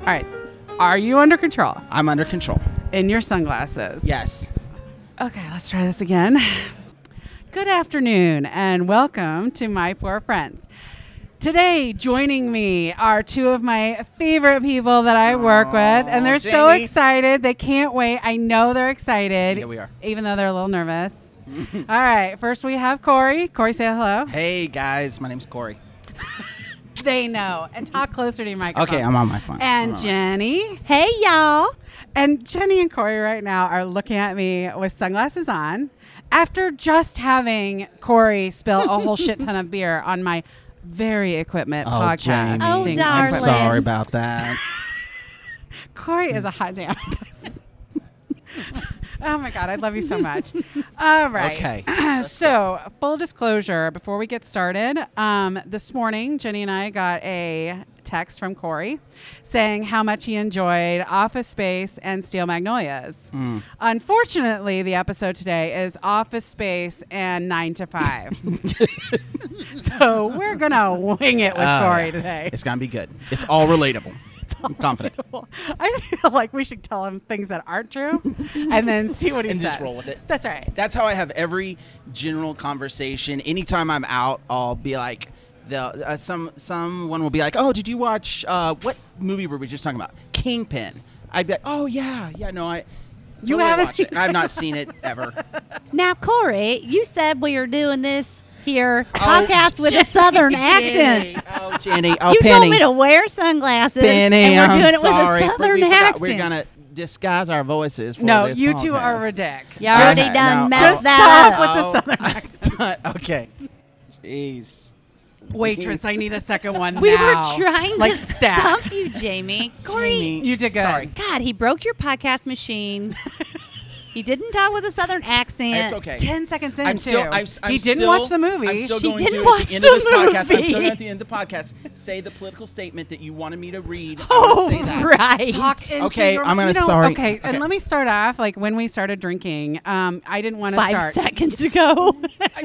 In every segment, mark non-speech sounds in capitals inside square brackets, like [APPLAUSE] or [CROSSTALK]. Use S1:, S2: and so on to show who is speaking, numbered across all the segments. S1: All right. Are you under control?
S2: I'm under control.
S1: In your sunglasses.
S2: Yes.
S1: Okay, let's try this again. Good afternoon and welcome to My Poor Friends. Today, joining me are two of my favorite people that I work with, and they're so
S2: Jamie.
S1: excited. They can't wait. I know they're excited.
S2: Yeah, we are.
S1: Even though they're a little
S2: [LAUGHS]
S1: nervous. All right, first we have Corey. Corey, say hello.
S2: Hey guys, my name's Corey.
S1: They know. And talk closer to your microphone.
S2: Okay, I'm on my phone. I'm
S1: And
S2: on my-
S1: Jenny. Hey, y'all. And Jenny and Corey right now are looking at me with sunglasses on after just having Corey spill a whole shit ton of beer on my very equipment
S2: Oh,
S1: podcast.
S2: Jamie.
S3: Oh,
S2: I'm
S3: darling.
S2: sorry about that.
S1: Corey is a hot damn. guys. oh my God, I love you so much. All right. [CLEARS THROAT]
S2: Okay.
S1: so, full disclosure before we get started, um, this morning, Jenny and I got a text from Corey saying how much he enjoyed Office Space and Steel Magnolias.
S2: Hmm.
S1: Unfortunately, the episode today is Office Space and Nine to
S2: [LAUGHS]
S1: Five. so, we're going to wing it with
S2: Oh,
S1: [LAUGHS] Corey
S2: yeah.
S1: today.
S2: It's gonna be good. It's all
S1: [LAUGHS]
S2: relatable. I'm confident.
S1: Well, [LAUGHS] I feel like we should tell him things that aren't true and
S2: [LAUGHS]
S1: then see what he
S2: And
S1: says.
S2: just roll with it.
S1: That's all right.
S2: That's how I have every general conversation. Anytime I'm out, I'll be like, they'll, uh, some someone will be like, "Oh, did you watch uh, what movie were we just talking about? Kingpin." I'd be like, "Oh yeah, yeah, no, I."
S1: You
S2: totally
S1: haven't
S2: watched it.
S1: seen-
S2: I've not seen it
S1: [LAUGHS]
S2: ever.
S3: Now, Corey, you said we are doing this here
S2: Oh,
S3: podcast with a southern accent.
S2: [LAUGHS] Jenny. Oh, Jenny. Oh,
S3: you
S2: Penny.
S3: told me to wear sunglasses,
S2: Penny,
S3: and we're
S2: I'm
S3: doing it
S2: sorry.
S3: with a southern
S2: we forgot
S3: accent.
S2: We're gonna disguise our voices. For
S1: No,
S2: this
S1: you two
S2: podcast.
S1: are ridiculous.
S3: You already
S2: Okay,
S3: done
S2: no,
S3: messed
S2: I'll-
S3: that
S1: Stop
S3: up.
S1: with the
S2: I'll- [LAUGHS]
S1: southern
S2: I'm
S1: accent.
S2: done. Okay. Jeez.
S1: Waitress, I need a second one.
S3: We
S1: now.
S3: were trying
S1: like
S3: to
S1: stat.
S3: stump you,
S2: [LAUGHS]
S3: Jamie. Corey,
S2: Jamie,
S1: You did good.
S2: Sorry.
S3: God, he broke your
S2: [LAUGHS]
S3: podcast machine. he didn't talk with a southern accent.
S2: It's okay.
S1: Ten seconds in,
S2: I'm still.
S1: too.
S2: I'm, s- I'm
S1: he didn't
S2: still-
S1: watch the movie.
S2: I'm still
S3: She
S1: [LAUGHS]
S2: going
S3: didn't
S2: to
S3: watch
S2: at the end
S3: the
S2: of this podcast. I'm
S3: movie.
S2: still going at the end of the podcast. Say the political statement that you wanted me to read. I'm gonna
S3: Oh,
S2: say that.
S3: right.
S1: Talk into
S2: Okay,
S1: your,
S2: I'm gonna-
S1: you know,
S2: sorry.
S1: Okay, and
S2: Okay.
S1: let me start off. Like when we started drinking, um, I didn't want to
S3: five
S1: start.
S3: [LAUGHS] seconds ago.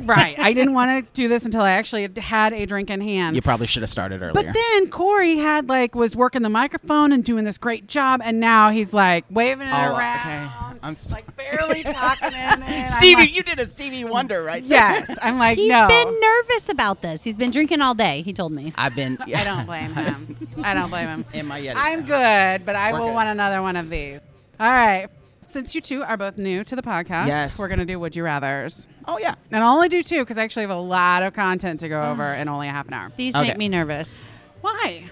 S1: Right, I didn't want to do this until I actually had a drink in hand.
S2: You probably should have started earlier.
S1: But then Corey had like was working the microphone and doing this great job, and now he's like waving it
S2: Oh,
S1: around.
S2: okay. I'm s-
S1: like barely talking in.
S2: [LAUGHS]
S1: And I'm
S2: Stevie,
S1: like-
S2: you did a Stevie Wonder right there.
S1: yes, I'm like
S3: He's
S1: no.
S3: been nervous about this. He's been drinking all day, he told me.
S2: I've been.
S1: I don't blame him. I don't blame him.
S2: [LAUGHS] Am I yet?
S1: I'm good, but I
S2: We're
S1: will
S2: good.
S1: want another one of these. All right. Since you two are both new to the podcast,
S2: Yes.
S1: we're going to do Would You Rathers.
S2: [LAUGHS] Oh yeah.
S1: And I'll only do two because I actually have a lot of content to go over in only a half an hour.
S3: These
S2: Okay.
S3: make me nervous.
S1: Why?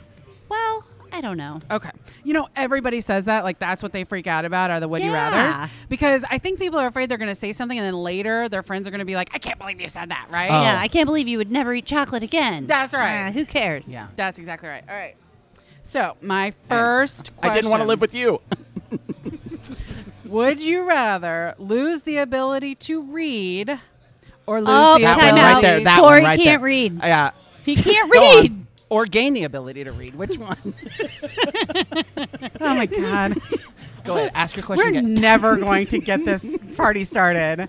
S3: Well, I don't know.
S1: Okay. You know, everybody says that. Like, that's what they freak out about are the would you
S3: Yeah.
S1: rathers. Because I think people are afraid they're going to say something and then later their friends are going to be like, I can't believe you said that, right?
S2: Oh.
S3: Yeah, I can't believe you would never eat chocolate again.
S1: That's right.
S3: Ah, who cares?
S2: Yeah.
S1: That's exactly right. All right. So, my first question
S2: I didn't want to live with you.
S1: Would you rather lose the ability to read or lose
S3: Oh,
S1: the
S3: That
S1: ability
S3: one right there, that Corey one right can't there. read.
S2: Yeah.
S3: [LAUGHS] He can't
S2: Go on.
S3: read.
S2: Or gain the ability to read. Which one?
S1: [LAUGHS] Oh, my God.
S2: [LAUGHS] Go ahead. Ask your question.
S1: We're
S3: [LAUGHS]
S2: again.
S1: never going to get this party started.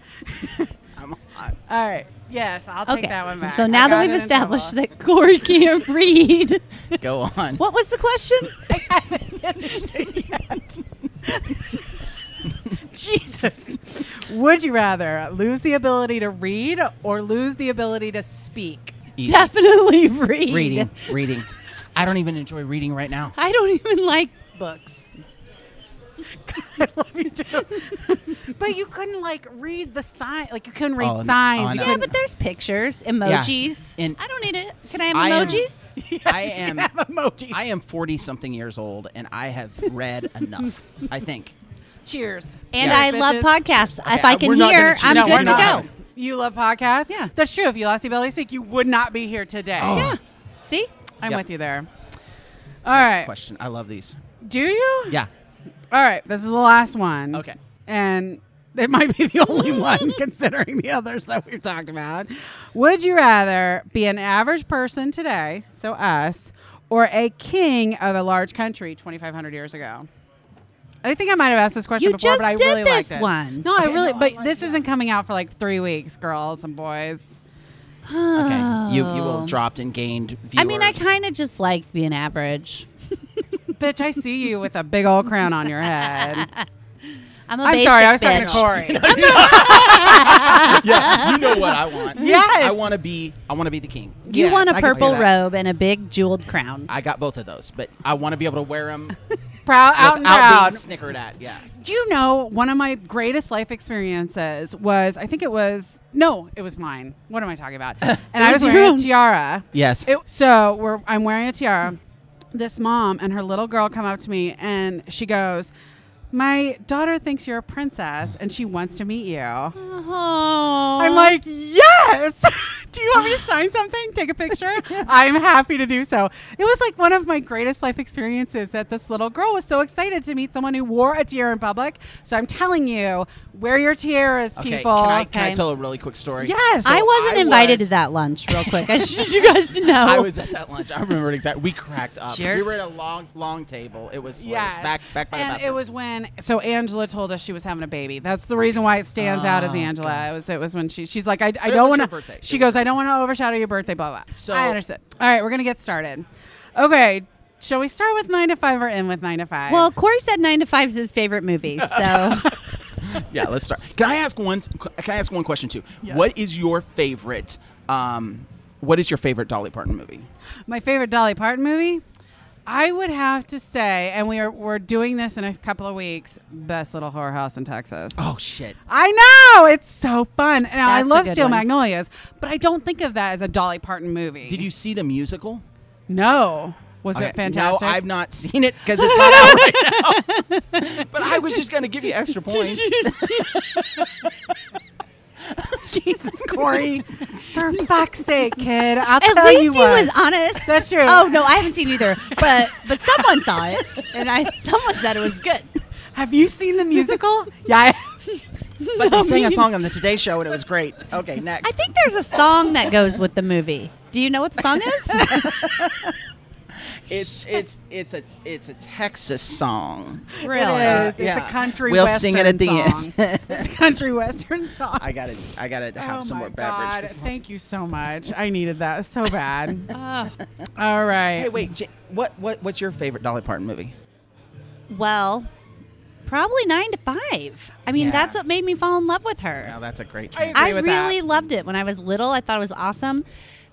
S1: [LAUGHS]
S2: I'm hot.
S1: All right. Yes, I'll take
S3: Okay.
S1: that one back.
S3: So
S1: I
S3: now
S1: got
S3: that we've
S1: it in
S3: established
S1: trouble.
S3: that Corey can't [LAUGHS] read,
S2: Go on.
S3: what was the [LAUGHS] question?
S1: [LAUGHS] Jesus. Would you rather lose the ability to read or lose the ability to speak? [LAUGHS]
S2: Easy.
S3: Definitely read. [LAUGHS]
S2: Reading. Reading. I don't even enjoy reading right now.
S3: I don't even like books.
S1: I love you too. but you couldn't like read the sign, like you couldn't read
S2: Oh, no.
S1: signs.
S2: Oh,
S1: you
S2: no.
S3: Yeah,
S1: [LAUGHS] couldn't
S3: but there's pictures, emojis.
S2: And-
S3: I don't need it. Can I have
S2: I am- [LAUGHS]
S3: emojis? [LAUGHS]
S1: [LAUGHS]
S2: I am.
S1: have emojis.
S2: I am forty something years old, and I have read enough. I think.
S1: Cheers.
S3: and
S2: Yeah.
S3: I love
S1: Bitches.
S3: podcasts. if
S2: Okay,
S3: I
S2: uh,
S3: can
S2: we're not gonna
S3: hear,
S2: choose
S3: I'm
S2: that.
S1: we're
S3: good to
S1: not
S3: go.
S1: having it. You love podcasts?
S3: Yeah.
S1: That's true. If you lost the ability to speak, you would not be here today.
S2: Oh.
S3: Yeah. See?
S1: I'm
S2: Yep.
S1: with you there. All right.
S2: Question. I love these.
S1: Do you?
S2: Yeah.
S1: All right. This is the last one.
S2: Okay.
S1: And it might be the only one [LAUGHS] considering the others that we've talked about. Would you rather be an average person today, so us, or a king of a large country 2,500 years ago? I think I might have asked this question
S3: You
S1: before, but
S3: just
S1: I
S3: did
S1: really liked
S3: this
S1: it.
S3: one.
S1: No, I
S2: Okay,
S1: really,
S2: no, I
S1: but
S2: like-
S1: this
S2: yeah.
S1: isn't coming out for like three weeks, girls and boys.
S2: Okay. You you will
S3: Oh.
S2: dropped and gained viewers.
S3: I mean, I kind of just like being average.
S1: Bitch, I see you with a big old crown on your
S3: [LAUGHS]
S1: head.
S3: I'm a
S1: I'm
S3: basic
S1: sorry, I was
S3: bitch.
S1: talking to
S3: [LAUGHS]
S1: Corey.
S2: yeah, you know what I want.
S1: Yes.
S2: I want to be. I want to be the king.
S3: You
S1: Yes,
S3: want
S1: I
S3: a
S1: can see
S3: purple
S1: that.
S3: robe and a big jeweled crown.
S2: I got both of those, but I want to be able to
S1: [LAUGHS]
S2: wear them
S1: Proud, out and
S2: without
S1: proud.
S2: being snickered at. Yeah.
S1: You know, one of my greatest life experiences was I think it was no, it was mine. What am I talking about? And I was
S3: was
S1: wearing
S3: your own.
S1: a tiara.
S2: Yes.
S1: It- so we're I'm wearing a tiara. This mom and her little girl come up to me and she goes, "My daughter thinks you're a princess and she wants to meet you."
S3: Oh,
S1: I'm like, yes. [LAUGHS] do you want me to sign something? Take a
S2: [LAUGHS]
S1: picture? I'm happy to do so. It was like one of my greatest life experiences that this little girl was so excited to meet someone who wore a tiara in public. So I'm telling you, wear your tiaras,
S2: Okay,
S1: people.
S2: Can I, can I
S3: okay.
S2: tell a really quick story?
S1: yes.
S3: I wasn't
S2: I
S3: invited
S2: was-
S3: to that lunch. Real
S1: [LAUGHS]
S3: quick, I just want you guys to know.
S2: I
S1: Oh.
S2: was at that lunch. I remember it exactly. We cracked up. We were at a
S3: Jerks.
S2: long, long table. It was hilarious.
S1: Yes.
S2: back, back by the
S1: and it
S2: bathroom.
S1: was when so Angela told us she was having a baby. That's the reason why it stands out as
S2: Oh,
S1: Angela. It was it was when she she's like I, I
S2: it
S1: don't
S2: was
S1: want
S2: your birthday.
S1: to.
S2: It
S1: She
S2: was
S1: goes I don't want to overshadow your birthday. Blah blah.
S2: So-
S1: So I understood. All right, we're gonna get started. Okay, shall we start with nine to five or end with nine to five?
S3: well, Corey said Nine to Five is his
S1: [LAUGHS]
S3: favorite movie, so
S2: yeah. Let's start. Can I ask one? Can I ask one question too?
S1: Yes.
S2: What is your favorite? Um, what is your favorite Dolly Parton movie?
S1: my favorite Dolly Parton movie. I would have to say, and we are we're doing this in a couple of weeks. Best little whorehouse in Texas.
S2: Oh shit.
S1: I know it's so fun. Now I
S3: That's a
S1: love
S3: good
S1: Steel
S3: one.
S1: Magnolias, but I don't think of that as a Dolly Parton movie.
S2: Did you see the musical?
S1: No. Was
S2: Okay,
S1: it fantastic?
S2: No, I've not seen it because it's not out right now. [LAUGHS] but I was just going to give
S1: [LAUGHS]
S2: you extra
S3: [LAUGHS]
S2: points.
S1: Jesus, Corey. [LAUGHS] For fuck's sake, kid. I'll
S3: at
S1: tell
S3: least he
S1: you what.
S3: was honest.
S1: That's true.
S3: Oh no, I haven't seen either, but but someone saw it, and I someone said it was good.
S1: Have you seen the
S3: [LAUGHS]
S1: musical? yeah. I-
S2: But they sang
S3: I
S2: a
S3: mean-
S2: song on the Today Show and it was great. Okay, next.
S3: I think there's a song that goes with the movie. Do you know what the song
S1: [LAUGHS]
S3: is?
S2: it's it's it's a it's a Texas song.
S1: It is.
S2: Uh,
S1: it's
S2: yeah.
S1: a country
S2: We'll
S1: western
S2: sing it at the
S1: song.
S2: end. [LAUGHS]
S1: it's a country western song.
S2: I gotta I gotta have
S1: oh
S2: some
S1: my
S2: more beverage.
S1: God.
S2: before-
S1: Thank you so much. I needed that so
S3: [LAUGHS]
S1: bad. All right.
S2: Hey, wait, J- what what what's your favorite Dolly Parton movie?
S3: Well, probably nine to five. I mean,
S2: Yeah.
S3: that's what made me fall in love with her.
S2: Now that's a great.
S1: I-
S2: choice.
S1: agree
S3: I
S1: with that.
S3: really loved it when I was little. I thought it was awesome.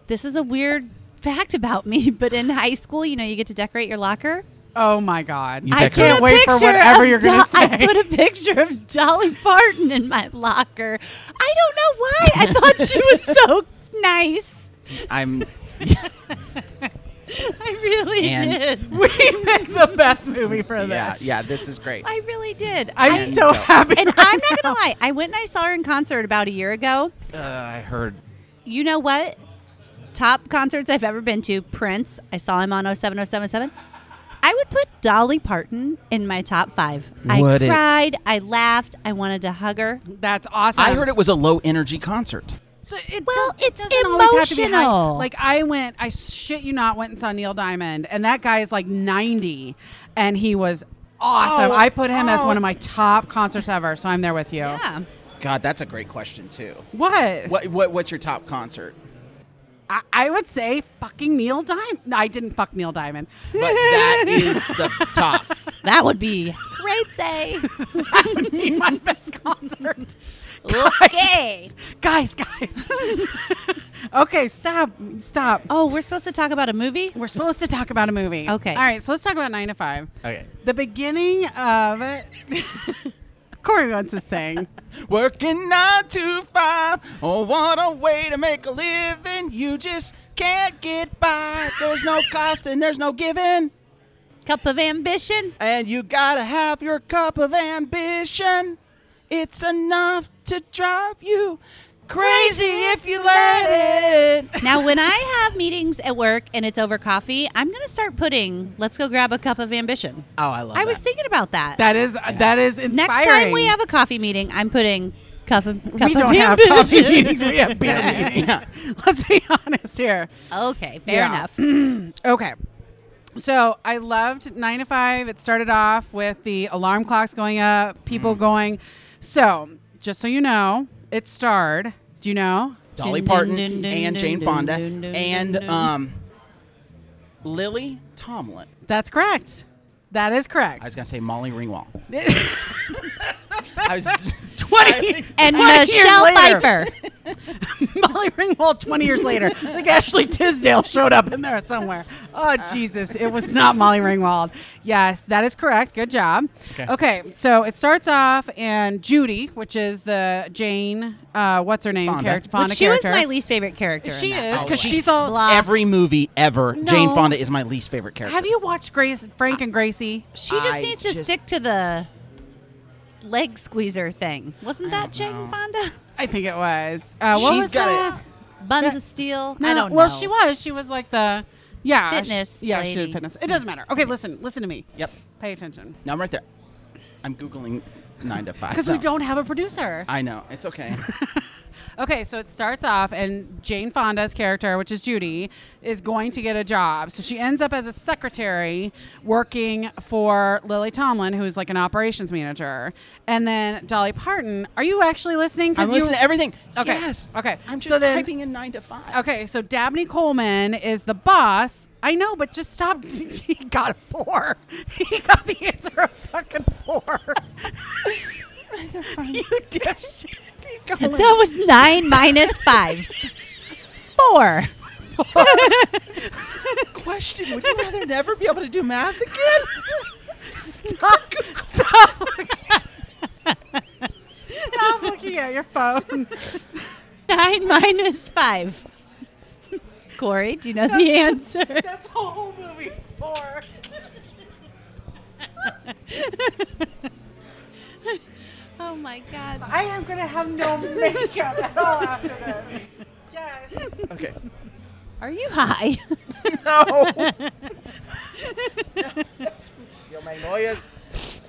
S3: This is a weird fact about me, [LAUGHS] but in high school, you know, you get to decorate your locker.
S1: Oh my God.
S2: You
S3: I
S2: decorate-
S3: put
S2: Can't
S3: a
S1: wait for
S3: picture
S1: whatever
S3: of
S1: you're gonna
S3: Do- I
S1: say.
S3: put a picture of Dolly Parton in my locker. I don't know why. I thought she
S1: [LAUGHS]
S3: was so nice. [LAUGHS]
S2: I'm
S3: I really
S2: And-
S1: [LAUGHS]
S3: did.
S1: We make the best movie for this.
S2: yeah yeah. This is great.
S3: I really did.
S1: I'm
S3: I-
S2: And-
S1: so happy. [LAUGHS]
S3: and
S1: right
S3: I'm not
S1: now.
S3: gonna lie. I went and I saw her in concert about a year ago.
S2: Uh, I heard.
S3: you know what? Top concerts I've ever been to, Prince. I saw him on 07077. I would put Dolly Parton in my top five.
S2: Would
S3: I
S2: it?
S3: cried. I laughed. I wanted to hug her.
S1: That's awesome.
S3: Um,
S2: I heard it was a low energy concert.
S1: So it
S3: Well,
S1: does-
S3: it's
S1: doesn't always have to be high.
S3: emotional.
S1: Like I went, I shit you not, went and saw Neil Diamond, and that guy is like ninety, and he was awesome.
S2: Oh,
S1: I put him as
S2: oh.
S1: one of my top concerts ever. So I'm there with you.
S3: Yeah.
S2: God, that's a great question too.
S1: What?
S2: What what what's your top concert?
S1: I, I would say fucking Neil Diamond. No, I didn't fuck Neil Diamond.
S2: But
S3: [LAUGHS]
S2: that is the top.
S3: That would be great. Say,
S1: That would be my best concert.
S3: okay.
S1: guys, guys. [LAUGHS] okay, stop, stop.
S3: Oh, we're supposed to talk about a movie?
S1: We're supposed to talk about a movie.
S3: Okay.
S1: All right, so let's talk about nine to five.
S2: Okay.
S1: The beginning of it. [LAUGHS] Corey wants to sing.
S2: Working nine to five. Oh, what a way to make a living. You just can't get by. There's no cost and there's no giving.
S3: Cup of Ambition.
S2: And you gotta have your cup of ambition. It's enough to drive you crazy if you let it.
S3: Now, when I have meetings at work and it's over coffee, I'm going to start putting, let's go grab a cup of ambition.
S2: Oh, I love
S3: I was thinking about that.
S1: That is that is inspiring.
S3: Next time we have a coffee meeting, I'm putting cup of cup
S1: we
S3: of
S1: don't have
S3: ambition. [LAUGHS]
S1: coffee meetings. We have beer meetings. [LAUGHS] Let's be honest here.
S3: Okay, fair
S1: Yeah.
S3: [LAUGHS] enough.
S1: [CLEARS THROAT] Okay. So I loved nine to five. It started off with the alarm clocks going up, people
S3: Mm.
S1: going. So just so you know, it starred. Do you know?
S2: Dolly
S3: Dun, dun,
S2: Parton
S3: dun, dun,
S2: and
S3: dun,
S2: Jane
S3: dun,
S2: Fonda
S3: dun, dun,
S2: and
S3: dun, dun.
S2: um, Lily Tomlin.
S1: That's correct. That is correct.
S2: I was gonna say Molly
S3: [LAUGHS]
S2: Ringwald. I was [LAUGHS]
S1: Twenty
S3: And
S1: 20 years
S3: Michelle
S1: later.
S3: Pfeiffer.
S1: Molly Ringwald 20 years later. Like Ashley Tisdale showed up in there somewhere. Oh, Jesus. It was not Molly Ringwald. Yes, that is correct. Good job. Okay.
S2: Okay.
S1: so it starts off in Judy, which is the Jane, uh, what's her name?
S2: Fonda.
S1: Character, Fonda
S3: [LAUGHS] Which she was
S1: character.
S3: my least favorite character.
S1: She
S3: in that
S1: is, because
S2: Oh,
S1: she's all.
S3: Blah.
S2: every movie ever. Jane
S1: No.
S2: Fonda is my least favorite character.
S1: Have you watched Grace, Frank and Gracie?
S3: She just
S2: I
S3: needs to
S2: just-
S3: stick to the leg squeezer thing. Wasn't that Jane [LAUGHS] Fonda?
S1: I think it was. Uh, what
S2: She's
S1: was
S2: got
S1: that?
S2: it.
S3: Buns of steel.
S1: No,
S3: I don't know.
S1: Well, she was. She was like the. Yeah. she-
S3: Fitness
S1: yeah, she did
S3: lady.
S1: fitness. It doesn't matter. Okay, listen. Listen to me.
S2: Yep.
S1: Pay attention.
S2: No, I'm right there. I'm googling nine to five.
S1: Because we
S2: No.
S1: don't have a producer.
S2: I know it's okay. [LAUGHS]
S1: [LAUGHS] Okay, so it starts off, and Jane Fonda's character, which is Judy, is going to get a job. So she ends up as a secretary working for Lily Tomlin, who's like an operations manager. And then Dolly Parton, are you actually listening?
S2: I'm
S1: you-
S2: listening to everything.
S1: Okay,
S2: Yes.
S1: okay.
S2: I'm just
S1: So then-
S2: typing in nine to five.
S1: Okay, so Dabney Coleman is the boss. I know, but just stop. [LAUGHS] He got a four. [LAUGHS] He got the answer of fucking four. [LAUGHS] you dipshit.
S2: [LAUGHS]
S3: That was nine [LAUGHS] minus five. Four.
S2: Question: Would you rather never be able to do math again?
S1: Stop. Stop. [LAUGHS] Stop looking at your phone.
S3: [LAUGHS] Nine minus five. Corey, do you know [LAUGHS] the answer?
S1: That's the whole movie four.
S3: Oh my god.
S1: I am gonna have no makeup at all after this. Yes.
S2: [LAUGHS] Okay.
S3: Are you high?
S2: [LAUGHS] No. That's from Steel Magnolias.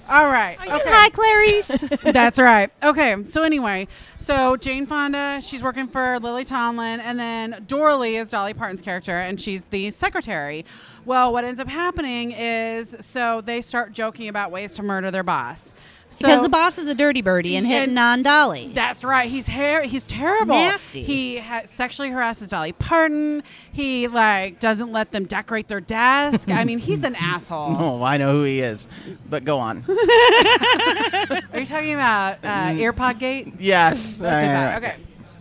S1: All right.
S3: [LAUGHS] Are you high, Clarice?
S1: That's right. Okay. So anyway, so Jane Fonda, she's working for Lily Tomlin, and then Dorley is Dolly Parton's character, and she's the secretary. Well, what ends up happening is so they start joking about ways to murder their boss. So
S3: Because the boss is a dirty birdie and hitting
S1: And-
S3: on Dolly.
S1: That's right. He's hair. He's terrible.
S3: Nasty.
S1: He ha- sexually harasses Dolly Parton. He like doesn't let them decorate their desk. I mean, he's an asshole.
S2: Oh, I know who he is. But go [LAUGHS] on.
S1: Are you talking about uh, earpod gate?
S2: yes.
S1: Let's do
S2: All
S1: that.
S2: right.
S1: Okay.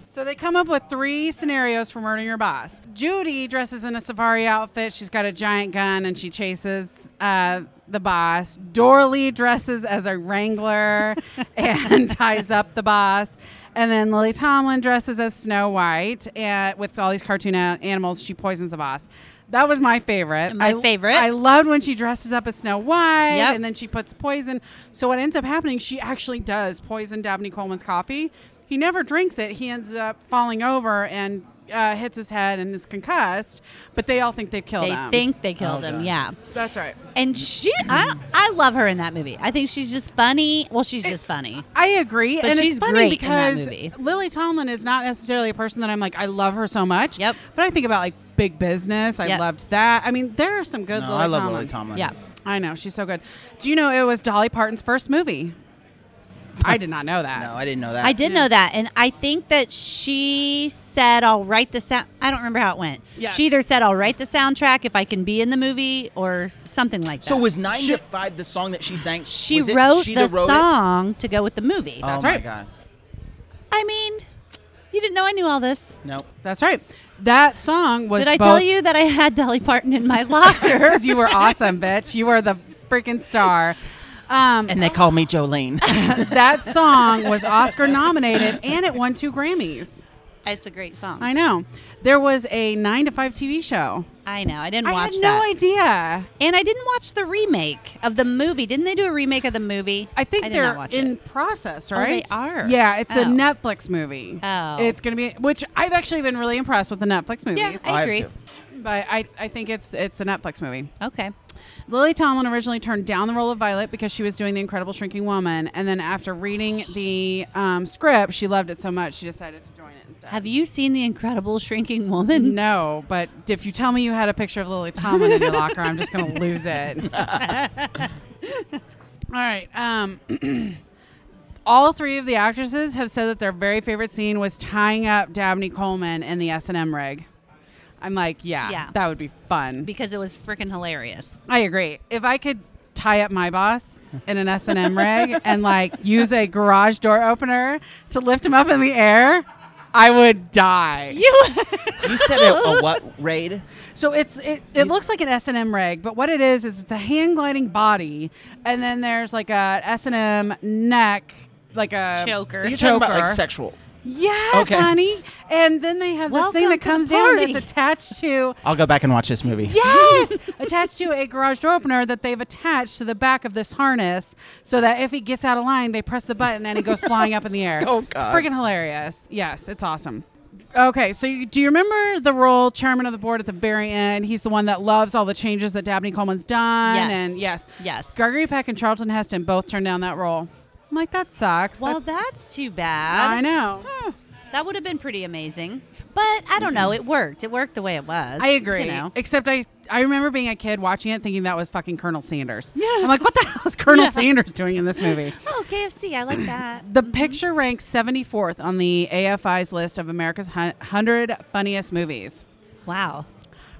S1: So they come up with three scenarios for murdering your boss. Judy dresses in a safari outfit. She's got a giant gun and she chases uh, the boss. Dorley dresses as a wrangler and ties up the boss. And then Lily Tomlin dresses as Snow White and with all these cartoon a- animals. She poisons the boss. That was my favorite.
S3: My
S1: I-
S3: favorite.
S1: I loved when she dresses up as Snow White
S3: Yep.
S1: and then she puts poison. So what ends up happening, she actually does poison Dabney Coleman's coffee. He never drinks it. He ends up falling over and uh, hits his head and is concussed. But they all think they've killed
S3: They
S1: him.
S3: think they killed him,
S2: Oh, God.
S3: yeah.
S1: That's right.
S3: And she, I, I love her in that movie. I think she's just funny. Well, she's just funny.
S1: I agree,
S3: But
S1: and it's
S3: she's
S1: funny
S3: great in that
S1: because
S3: movie.
S1: Lily Tomlin is not necessarily a person that I'm like I love her so much.
S3: Yep.
S1: But I think about like Big Business. I
S3: Yes.
S1: loved that. I mean, there are some good.
S2: No,
S1: Lily
S2: I love
S1: Tomlin.
S2: Lily Tomlin.
S3: Yeah.
S1: I know she's so good. Do you know it was Dolly Parton's first movie? I did not know
S3: [LAUGHS]
S1: that.
S2: No, I didn't know that.
S3: I did know that, and I think that she said, "I'll write the sound." I don't remember how it went.
S1: Yes.
S3: She either said, "I'll write the soundtrack if I can be in the movie," or something like that.
S2: So was nine to five the song that she sang?
S3: she
S2: Was it-
S3: wrote
S2: she
S3: the
S2: that wrote it?
S3: song to go with the movie?
S2: Oh
S1: That's
S2: my
S1: right.
S2: god.
S3: I mean, you didn't know I knew all this.
S2: Nope.
S1: That's right. That song was.
S3: Did
S1: [LAUGHS]
S3: I tell you that I had Dolly Parton
S2: [LAUGHS]
S3: in my locker?
S1: Because you were
S3: [LAUGHS]
S1: awesome, bitch. You were the freaking star. Um,
S2: And they called me [LAUGHS] Jolene.
S1: that song was Oscar nominated and it won two Grammys.
S3: it's a great song.
S1: I
S3: I,
S1: know. There was a nine to five TV show.
S3: know. I didn't
S1: I
S3: watch
S1: had
S3: that,
S1: no idea.
S3: and I didn't watch the remake of the movie. Didn't they do a remake of the movie?
S1: I think
S3: did not
S1: they're
S3: watch
S1: in
S3: It. Oh,
S1: process,
S3: they
S1: right?
S3: are.
S1: Yeah, it's a
S3: Oh.
S1: Netflix movie.
S3: Oh.
S1: It's going to be, which I've actually been really impressed with the Netflix
S3: Yeah,
S1: movies.
S3: I
S2: Oh, I have
S3: agree.
S2: to.
S1: but I, I think it's it's a Netflix movie.
S3: Okay.
S1: Lily Tomlin originally turned down the role of Violet because she was doing The Incredible Shrinking Woman, and then after reading the um, script, she loved it so much she decided to join it
S3: [LAUGHS]
S1: instead.
S3: Have you seen The Incredible Shrinking Woman?
S1: no, but if you tell me you had a picture of Lily Tomlin in your locker, I'm just going to lose it. [LAUGHS] All right. Um, [CLEARS THROAT] all three of the actresses have said that their very favorite scene was tying up Dabney Coleman in the S and M rig. I'm like, yeah,
S3: Yeah.
S1: that would be fun.
S3: because it was freaking hilarious.
S1: I agree. If I could tie up my boss in an S and M rig and like use a garage door opener to lift him up in the air, I would die.
S3: You
S2: You said a, a what raid?
S1: So it's it, it
S2: You s-
S1: looks like an S and M rig, but what it is is it's a hand gliding body, and then there's like a S and M neck, like a
S3: choker.
S2: You're talking about like
S1: Choker.
S2: sexual.
S1: Yes,
S2: Okay.
S1: honey. And then they have this thing
S3: Welcome
S1: that
S3: to
S1: comes
S3: the
S1: down
S3: party.
S1: that's attached to
S2: I'll go back and watch this movie.
S1: Yes, [LAUGHS] attached to a garage door opener that they've attached to the back of this harness, so that if he gets out of line, they press the button and he goes flying up in the air.
S2: [LAUGHS] Oh,
S1: It's
S2: God.
S1: freaking hilarious! Yes, it's awesome. Okay, so you, do you remember the role chairman of the board at the very end? He's the one that loves all the changes that Dabney Coleman's done.
S3: Yes.
S1: And yes,
S3: Yes.
S1: Gregory Peck and Charlton Heston both turned down that role. I'm like, that sucks.
S3: well,
S1: That-
S3: that's too bad.
S1: I know.
S3: Huh. That would have been pretty amazing. But I don't know. It worked. It worked the way it was.
S1: I agree.
S3: You know.
S1: Except I, I remember being a kid watching it thinking that was fucking Colonel Sanders. Yeah. I'm like, what the hell is Colonel Sanders doing in this
S3: [LAUGHS]
S1: movie?
S3: Oh, KFC. I
S1: [CLEARS THROAT]
S3: like that.
S1: The picture ranks 74th on the AFI's list of America's hun- 100 funniest movies.
S3: wow.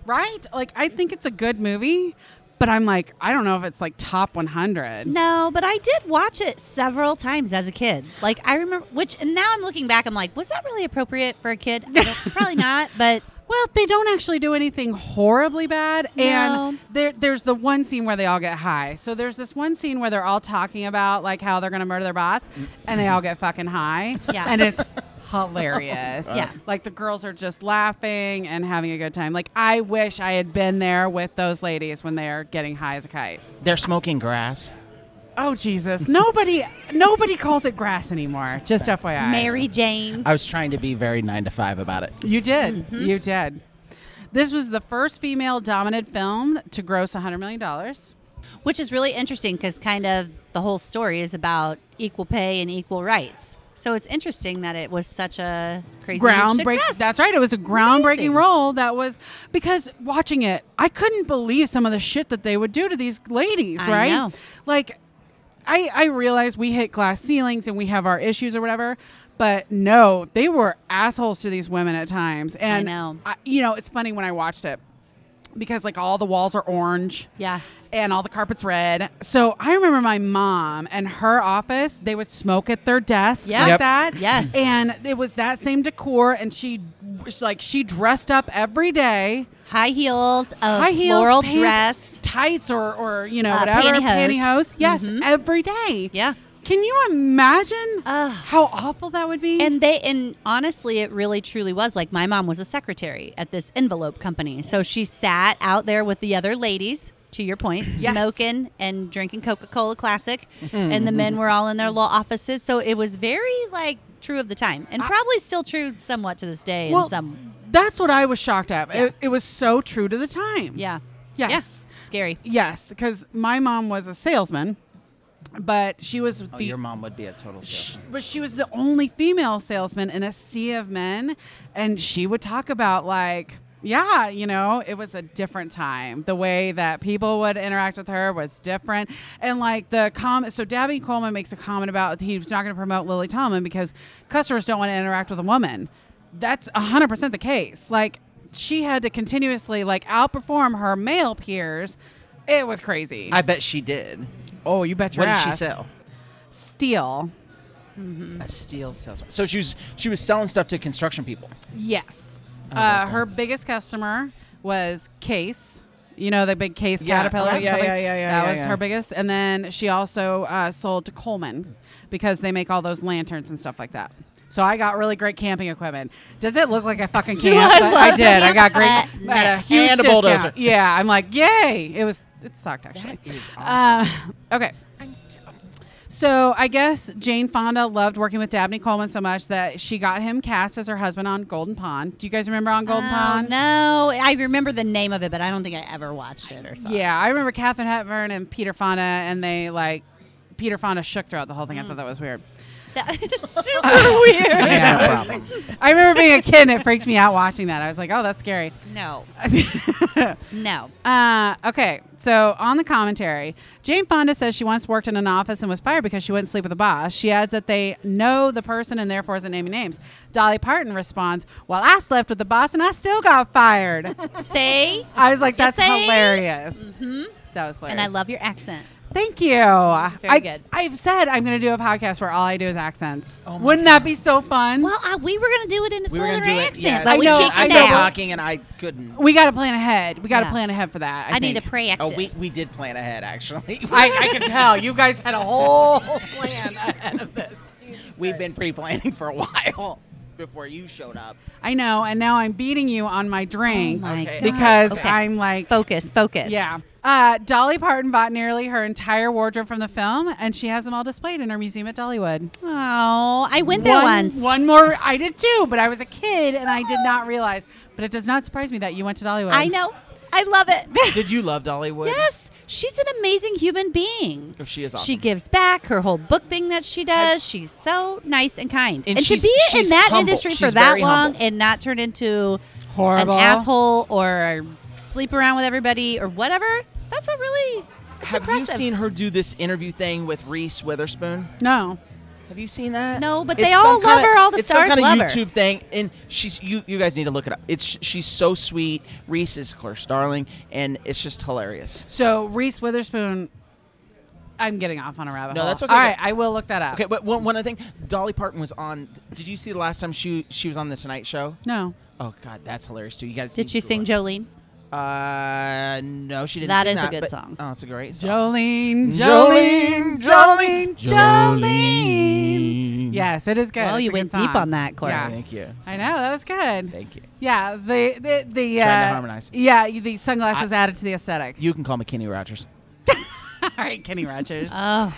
S1: Right? Like, I think it's a good movie, but I'm like, I don't know if it's like top 100.
S3: No, but I did watch it several times as a kid. Like I remember, which and now I'm looking back, I'm like, was that really appropriate for a kid? I don't-
S1: [LAUGHS]
S3: probably not. But
S1: Well, they don't actually do anything horribly bad. And
S3: No.
S1: there, there's the one scene where they all get high. So there's this one scene where they're all talking about like how they're going to murder their boss and they all get fucking high.
S3: Yeah.
S1: And it's hilarious.
S3: [LAUGHS] Yeah.
S1: Like the girls are just laughing and having a good time. Like I wish I had been there with those ladies when they're getting high as a kite.
S2: They're smoking grass.
S1: Oh Jesus. Nobody nobody calls it grass anymore. Just FYI.
S3: Mary Jane.
S2: I was trying to be very nine to five about it.
S1: You did. You did. This was the first female dominant film to gross $100 million.
S3: which is really interesting because kind of the whole story is about equal pay and equal rights. So it's interesting that it was such a crazy huge
S1: Groundbreaking.
S3: success.
S1: That's right. It was a groundbreaking
S3: Amazing.
S1: role that was because watching it, I couldn't believe some of the shit that they would do to these ladies,
S3: I
S1: right?
S3: know.
S1: Like, I, I realize we hit glass ceilings and we have our issues or whatever, but no, they were assholes to these women at times. And,
S3: know.
S1: I, you know, it's funny when I watched it because, like, all the walls are orange.
S3: yeah.
S1: and all the carpet's red. So I remember my mom and her office, they would smoke at their desks
S3: Yeah.
S1: like
S2: Yep.
S1: that.
S3: Yes.
S1: And it was that same decor and she like she dressed up every day.
S3: High heels, a
S1: High heels,
S3: floral
S1: pants,
S3: dress.
S1: tights or or you know
S3: Uh,
S1: whatever
S3: pantyhose. Mm-hmm.
S1: Yes, every day.
S3: Yeah.
S1: Can you imagine
S3: Ugh.
S1: how awful that would be?
S3: And they and honestly it really truly was like my mom was a secretary at this envelope company. So she sat out there with the other ladies to your point,
S1: Yes. Mm-hmm.
S3: smoking and drinking Coca-Cola classic and the men were all in their law offices. So it was very like true of the time and probably still true somewhat to this day in some
S1: that's what I was shocked at. It, it was so true to the time.
S3: yeah.
S1: Yes.
S3: Yeah. Scary.
S1: Yes, because my mom was a salesman, but she was
S2: Oh,
S1: the
S2: your mom would be a total shit.
S1: but she was the only female salesman in a sea of men and she would talk about like yeah you know it was a different time the way that people would interact with her was different and like the comment so dabby coleman makes a comment about he's not going to promote lily tomlin because customers don't want to interact with a woman that's 100% the case like she had to continuously like outperform her male peers it was crazy
S2: I bet she did.
S1: oh you bet your
S2: What did she
S1: ass.
S2: sell?
S1: steel
S2: A steel salesman. So she was she was selling stuff to construction people.
S1: Yes.
S2: Oh,
S1: Uh, her biggest customer was Case. You know the big Case
S2: Yeah.
S1: caterpillar.
S2: Oh,
S1: and
S2: yeah,
S1: stuff like-
S2: yeah, yeah, yeah,
S1: That
S2: yeah,
S1: was
S2: yeah.
S1: her biggest, and then she also uh, sold to Coleman because they make all those lanterns and stuff like that. So I got really great camping equipment. Does it look like I
S2: [LAUGHS]
S1: fucking camp?
S3: I
S1: But
S3: love
S1: I did. I got great
S3: that.
S1: at a huge
S2: Uh, And a
S1: discount.
S2: bulldozer.
S1: Yeah, I'm like, yay! It was it sucked actually.
S2: That is
S1: Uh, [LAUGHS] okay. So I guess Jane Fonda loved working with Dabney Coleman so much that she got him cast as her husband on Golden Pond. Do you guys remember on Golden
S3: Oh,
S1: Pond?
S3: No, I remember the name of it, but I don't think I ever watched it or something.
S1: Yeah, I remember Katherine Hepburn and Peter Fonda, and they like Peter Fonda shook throughout the whole thing. I thought that was weird.
S3: That is [LAUGHS] super [LAUGHS] weird.
S2: Yeah, problem.
S1: [LAUGHS] I remember being a kid and it freaked me out watching that. I was like, oh, that's scary.
S3: [LAUGHS] No, no.
S1: Uh, okay, so on the commentary, Jane Fonda says she once worked in an office and was fired because she wouldn't sleep with the boss. She adds that they know the person and therefore isn't naming names. Dolly Parton responds, "Well, I slept with the boss and I still got
S3: [LAUGHS]
S1: fired."
S3: Say,
S1: I was like, "That's
S3: You say-
S1: hilarious." That was hilarious.
S3: Mm-hmm. and I love your accent.
S1: Thank you. It's
S3: very
S1: I,
S3: good.
S1: I've said I'm going to do a podcast where all I do is accents. Wouldn't that be so fun?
S3: Well, I, we were gonna do it in a
S2: We were
S3: southern
S2: gonna do
S3: accent,
S2: it. Yeah,
S3: but
S1: I
S3: we
S1: know,
S3: kicked
S1: I
S2: I
S3: it
S1: know.
S2: started
S3: out.
S2: talking and I couldn't.
S1: we got to plan ahead. We got to
S3: Yeah.
S1: plan ahead for that. I,
S3: I, need to
S1: think.
S3: practice.
S2: Oh, we, we did plan ahead actually. [LAUGHS]
S1: I, I can tell you guys had a whole [LAUGHS] plan ahead of this.
S2: We've been pre-planning for a [LAUGHS] while before you showed up.
S1: I know, and now I'm beating you on my drink
S3: Oh my Okay. God.
S1: because
S3: Okay.
S1: I'm like,
S3: focus, focus.
S1: yeah. Uh, Dolly Parton bought nearly her entire wardrobe from the film, and she has them all displayed in her museum at Dollywood.
S3: Oh, I went there
S1: one,
S3: once.
S1: One more, I did too, but I was a kid and I did not realize. But it does not surprise me that you went to Dollywood.
S3: I know. I love [LAUGHS] it.
S2: Did you love Dollywood?
S3: yes, she's an amazing human being.
S2: Oh, she is awesome.
S3: She gives back her whole book thing that she does. she's so nice and kind.
S2: And
S3: And, to
S2: she's-
S3: be in
S2: she's
S3: that
S2: humble.
S3: industry for
S2: She's
S3: that
S2: very
S3: long
S2: humble.
S3: and not turn into
S1: Horrible.
S3: an asshole or sleep around with everybody or whatever, that's a really that's
S2: Have
S3: impressive.
S2: you seen her do this interview thing with Reese Witherspoon?
S1: No.
S2: Have you seen that?
S3: No, but
S2: It's
S3: they all
S2: some
S3: love
S2: kinda-
S3: her. All the
S2: it's
S3: stars
S2: some
S3: love
S2: kind
S3: her.
S2: of YouTube thing, and she's you. You guys need to look it up. It's she's so sweet. Reese is of course darling, and it's just hilarious.
S1: So Reese Witherspoon, I'm getting off on a rabbit
S2: No,
S1: hole.
S2: that's okay.
S1: All right, I will look that up.
S2: Okay, but one, one other thing, Dolly Parton was on. Did you see the last time she she was on the Tonight Show?
S1: No.
S2: Oh God, that's hilarious too. You guys need
S3: Did she
S2: to
S3: sing
S2: look.
S3: Jolene?
S2: Uh, no, she didn't.
S3: That
S2: sing
S3: is a
S2: that,
S3: good
S2: but-
S3: song.
S2: Oh, it's a great song.
S1: Jolene, Jolene, Jolene, Jolene. Yes, it is good.
S3: Well,
S1: It's
S3: you
S1: a good
S3: went
S1: song.
S3: deep on that, Corey.
S1: Yeah.
S2: Mm-hmm. Thank you.
S1: I know that was good.
S2: Thank you.
S1: Yeah, the the, the
S2: Trying to
S1: uh,
S2: harmonize.
S1: Yeah, you- the sunglasses added to the
S2: [LAUGHS]
S1: aesthetic.
S2: You can call me Kenny Rogers.
S1: All right, Kenny Rogers.
S3: Oh.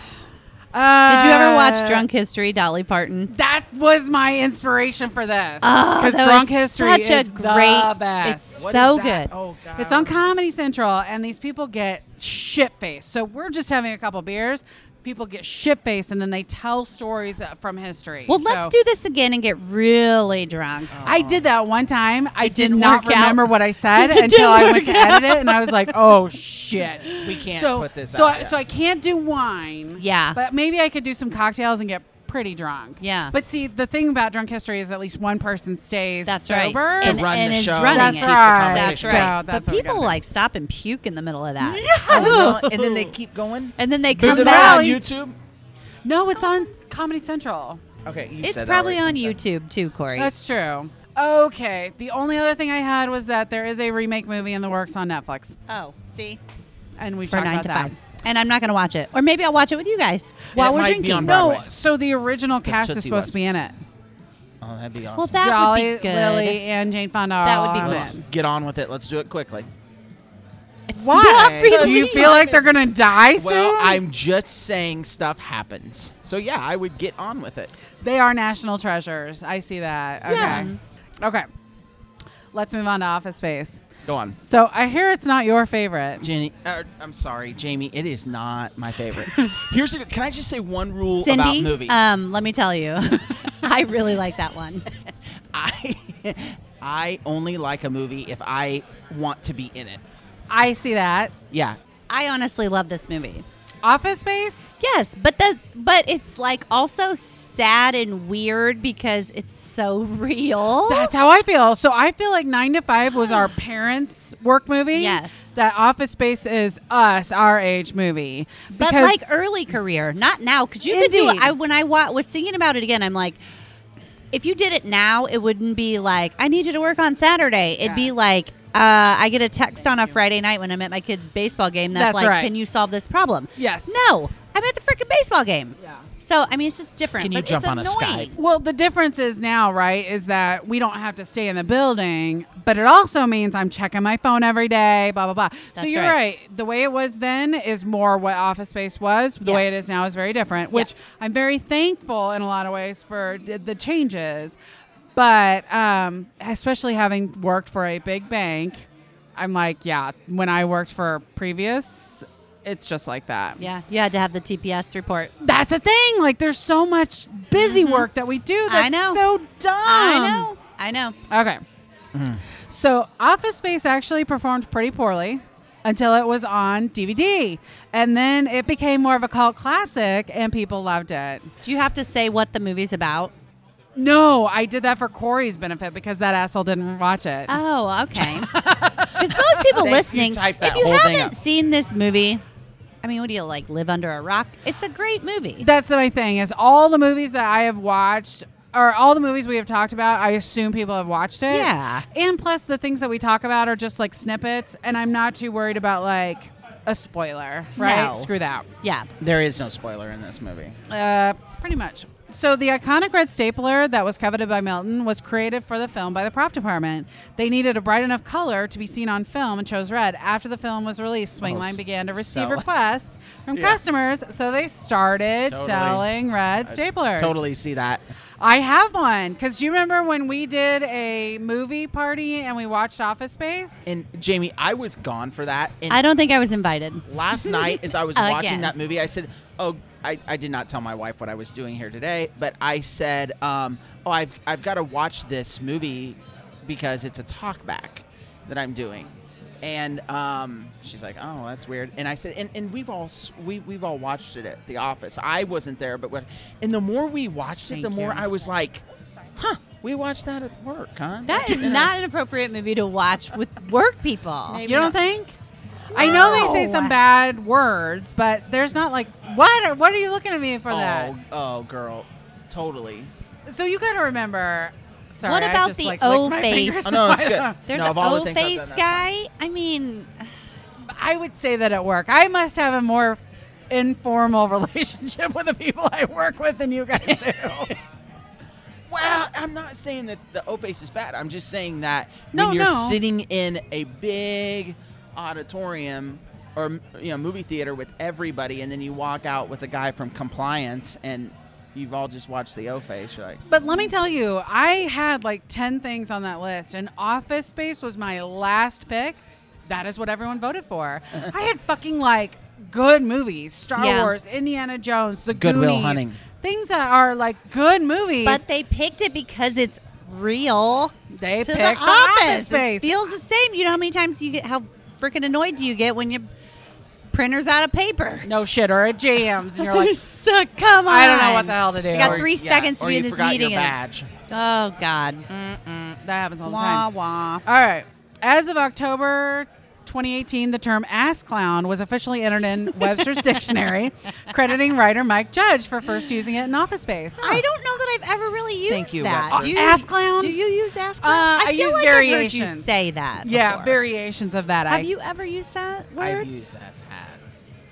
S1: Uh,
S3: Did you ever watch Drunk History, Dolly Parton?
S1: That was my inspiration for this.
S3: Oh, that
S1: Drunk
S3: was
S1: History
S3: such
S1: is
S3: a great.
S1: the best.
S3: It's
S2: What
S3: so
S2: is that?
S3: good.
S2: Oh God.
S1: It's on Comedy Central, and these people get shit faced. So we're just having a couple beers. People get shit faced, and then they tell stories uh, from history.
S3: Well,
S1: So-
S3: let's do this again and get really drunk.
S2: Oh,
S1: I did that one time. I did
S3: didn't
S1: not
S3: work out.
S1: remember what I said
S3: [LAUGHS] It
S1: until
S3: didn't
S1: I went to
S3: work out.
S1: edit it, and I was like, "Oh shit,
S2: We can't
S1: so,
S2: put this
S1: So,
S2: out
S1: I,
S2: yet.
S1: so I can't do wine.
S3: Yeah.
S1: but maybe I could do some cocktails and get pretty drunk.
S3: Yeah.
S1: But see, the thing about drunk history is at least one person stays.
S3: That's right.
S1: sober.
S2: To run the
S3: is
S2: show.
S3: running
S1: That's
S3: it.
S2: keep the
S1: right.
S2: conversation
S3: That's
S1: So
S3: right.
S1: that's what
S3: but
S1: we gotta
S3: people
S1: do.
S3: like stop and puke in the middle
S2: [LAUGHS]
S3: of that.
S2: And then they'll- and then they keep going.
S3: Oh. And then they
S2: Is
S3: come
S2: it all
S3: back.
S2: on YouTube?
S1: No, it's on Comedy Central.
S2: Okay, you
S3: It's
S2: said that
S3: probably
S2: already.
S3: on
S2: I'm sorry.
S3: YouTube too, Corey.
S1: That's true. Okay. The only other thing I had was that there is a remake movie in the works on Netflix,
S3: oh, see,
S1: and we've
S3: for
S1: talked
S3: nine
S1: about
S3: to
S1: that.
S3: five. And I'm not going to watch it, or maybe I'll watch it with you guys while
S2: it
S3: we're
S2: might be
S3: drinking.
S2: on
S1: No,
S2: Broadway.
S1: so the original
S2: Because
S1: cast is
S2: Tootsie
S1: supposed
S2: was.
S1: to be in it.
S2: Oh, that'd be awesome.
S3: well, that
S1: Dolly,
S3: would be good.
S1: Lily, and Jane Fonda.
S3: That
S1: are
S3: would be
S1: all in
S3: good.
S2: Let's
S1: it.
S2: get on with it. Let's do it quickly.
S3: It's not [LAUGHS]
S1: Why?
S3: really-
S1: Do you feel like they're gonna die soon?
S2: Well, I'm just saying stuff happens. So yeah, I would get on with it.
S1: They are national treasures. I see that. Okay.
S2: Yeah.
S3: Mm-hmm.
S1: Okay. Let's move on to Office Space.
S2: Go on.
S1: So I hear it's not your favorite.
S2: Jenny, uh, I'm sorry, Jamie. It is not my [LAUGHS] favorite. Here's a, can I just say one rule about
S3: Cindy,
S2: movies?
S3: um, let me tell you, [LAUGHS] I really like that one.
S2: [LAUGHS] I I only like a movie if I want to be in it.
S1: I see that.
S2: Yeah.
S3: I honestly love this movie.
S1: Office Space?
S3: Yes, but that but it's like also sad and weird because it's so [LAUGHS] real.
S1: That's how I feel. So I feel like Nine to Five was
S3: [GASPS]
S1: our parents' work movie.
S3: Yes.
S1: That Office Space is us, our age movie.
S3: but
S1: Because-
S3: like early career, not now. Because you could do.
S1: Indeed.
S3: I when I wa- was thinking about it again, I'm like, if you did it now, it wouldn't be like I need you to work on Saturday. It'd be
S1: Yeah.
S3: like uh, I get a text on a Friday night when I'm at my kid's baseball game. That's,
S1: That's
S3: like,
S1: right.
S3: can you solve this problem?
S1: Yes.
S3: No, I'm at the freaking baseball game.
S1: Yeah.
S3: So I mean, it's just different.
S2: Can you
S3: but
S2: jump
S3: it's
S2: on a
S3: annoying.
S2: Skype?
S1: Well, the difference is now, right, is that we don't have to stay in the building, but it also means I'm checking my phone every day, blah, blah, blah. so
S3: That's
S1: you're
S3: right.
S1: right. The way it was then is more what Office Space was. The way it
S3: Yes.
S1: is now is very different, which
S3: Yes.
S1: I'm very thankful in a lot of ways for the, the changes. But um, especially having worked for a big bank, I'm like, yeah, when I worked for previous it's just like that.
S3: Yeah, you had to have the TPS report.
S1: That's the thing. Like there's so much busy work that we do that's
S3: Mm-hmm. I know.
S1: so dumb.
S3: I know. I know.
S1: Okay. So Office Space actually performed pretty poorly until it was on DVD. And then it became more of a cult classic and people loved it.
S3: Do you have to say what the movie's about?
S1: No, I did that for Corey's benefit because that asshole didn't watch it.
S2: [LAUGHS]
S3: Oh, okay. Because most people
S2: They- you
S3: listening,
S2: type that
S3: if you
S2: whole thing
S3: haven't
S2: up.
S3: seen this movie, I mean, what do you like? Live under a rock? It's a great movie.
S1: That's my thing is all the movies that I have watched or all the movies we have talked about, I assume people have watched it.
S3: Yeah.
S1: And plus the things that we talk about are just like snippets and I'm not too worried about like a spoiler, right?
S3: No.
S1: Screw that.
S3: yeah.
S2: There is no spoiler in this movie.
S1: Uh, pretty much. So the iconic red stapler that was coveted by Melton was created for the film by the prop department. They needed a bright enough color to be seen on film and chose red. After the film was released,
S2: Oh,
S1: Swingline
S2: s-
S1: began to receive
S2: sell-
S1: requests from
S2: Yeah.
S1: customers, so they started
S2: Totally.
S1: selling red staplers.
S2: Totally see that.
S1: I have one because you remember when we did a movie party and we watched Office Space?
S2: And Jamie, I was gone for that. And
S3: I don't think I was invited. [LAUGHS]
S2: last night as I was
S3: Again.
S2: watching that movie, I said, "Oh, I, I did not tell my wife what I was doing here today, but I said, um, "Oh, I've I've got to watch this movie because it's a talkback that I'm doing." And um, she's like, "Oh, that's weird." And I said, "And, and we've all s- we we've all watched it at the office. I wasn't there, but what?" And the more we watched it,
S3: Thank
S2: the more
S3: you.
S2: I was like, "Huh, we watched that at work, huh?"
S3: That
S2: [LAUGHS]
S3: is
S2: And I
S3: not
S2: was-
S3: an appropriate movie to watch with work people.
S2: Maybe
S1: You don't
S2: not.
S1: think? I know they say
S3: No.
S1: some bad words, but there's not like what? Are, what are you looking at me for that?
S2: Oh, oh, girl, totally.
S1: So you got to remember. Sorry,
S3: What
S1: I
S3: about
S1: just,
S3: the
S1: like,
S3: O
S1: licked my
S3: face?
S1: fingers.
S2: Oh, [LAUGHS] no, it's good.
S3: There's
S2: no,
S3: a
S2: of all
S3: O
S2: the things I've done,
S3: face
S2: that's
S3: guy. I mean,
S1: I would say that at work. I must have a more informal [LAUGHS] relationship with the people I work with than you guys
S2: [LAUGHS]
S1: do.
S2: Well, I'm not saying that the O face is bad. I'm just saying that
S1: No,
S2: when you're
S1: no.
S2: sitting in a big auditorium or you know movie theater with everybody, and then you walk out with a guy from compliance, and you've all just watched the O face. You're like,
S1: but let me tell you, I had like 10 things on that list, and office space was my last pick. That is what everyone voted for. I had fucking like good movies Star
S3: Yeah.
S1: Wars, Indiana Jones, The
S2: Good Will
S1: Goonies,
S2: Hunting.
S1: Things that are like good movies.
S3: but they picked it because it's real.
S1: they
S3: to
S1: picked
S3: the office.
S1: space.
S3: It feels the same. You know how many times you get how freaking annoyed do you get when your printer's out of paper?
S1: no shit, or it jams, and you're like,
S3: [LAUGHS] So, come on.
S1: I don't know what the hell to do.
S3: I got
S1: Or-
S3: three
S2: yeah,
S3: seconds to
S2: or
S3: be
S2: you
S3: in this
S2: forgot
S3: meeting.
S2: Your Mm.
S3: and-
S2: badge.
S3: oh God.
S1: That happens all the
S3: Wah
S1: time.
S3: wah.
S1: All right. As of October 2018, the term ass clown was officially entered in
S2: [LAUGHS]
S1: Webster's dictionary, crediting writer Mike Judge for first using it in office space.
S3: I don't know that I've ever really used
S2: Thank you,
S3: that.
S2: Webster.
S3: Do you,
S1: Ass clown?
S3: Do you use ass clown?
S1: Uh, I
S3: feel
S1: use
S3: like I've heard you
S1: variations.
S3: say that.
S1: yeah,
S3: before.
S1: variations of that. I,
S3: Have you ever used that word?
S2: I've used as hat.